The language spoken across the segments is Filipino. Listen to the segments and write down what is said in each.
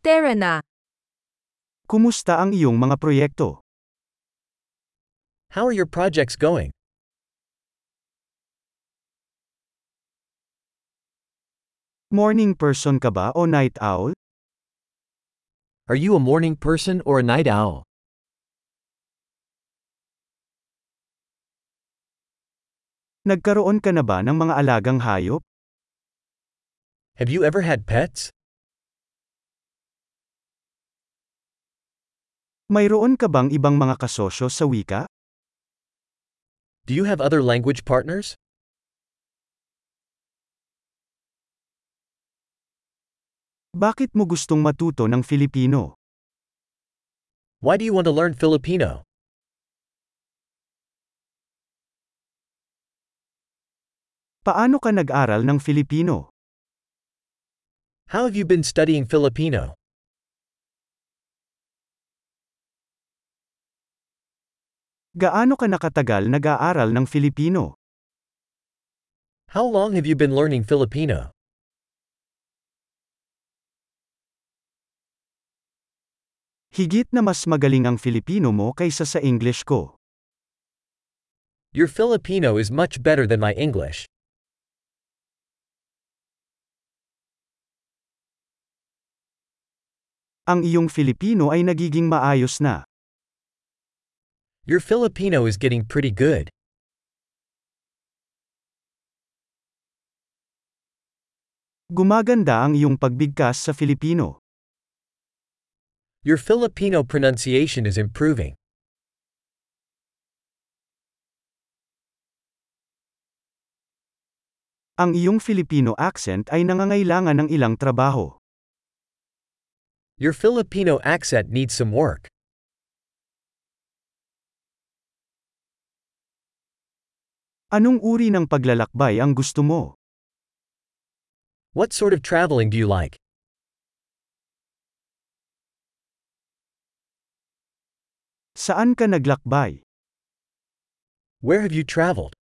Tara na. Kumusta ang iyong mga proyekto? How are your projects going? Morning person ka ba o night owl? Are you a morning person or a night owl? Nagkaroon ka na ba ng mga alagang hayop? Have you ever had pets? Mayroon ka bang ibang mga kasosyo sa wika? Do you have other language partners? Bakit mo gustong matuto ng Filipino? Why do you want to learn Filipino? Paano ka nag-aral ng Filipino? How have you been studying Filipino? Gaano ka nakatagal nag-aaral ng Filipino? How long have you been learning Filipino? Higit na mas magaling ang Filipino mo kaysa sa English ko. Your Filipino is much better than my English. Ang iyong Filipino ay nagiging maayos na. Your Filipino is getting pretty good. Gumaganda ang iyong pagbigkas sa Filipino. Your Filipino pronunciation is improving. Ang iyong Filipino accent ay nangangailangan ng ilang trabaho. Your Filipino accent needs some work. Anong uri ng paglalakbay ang gusto mo? What sort of traveling do you like? Saan ka naglakbay? Where have you traveled?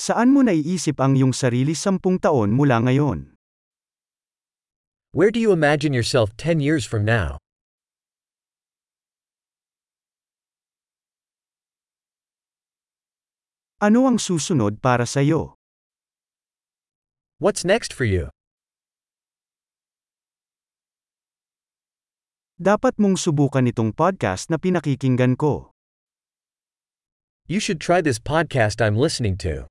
Saan mo naiisip ang iyong sarili sampung taon mula ngayon? Where do you imagine yourself 10 years from now? Ano ang susunod para sa iyo? What's next for you? Dapat mong subukan itong podcast na pinakikinggan ko. You should try this podcast I'm listening to.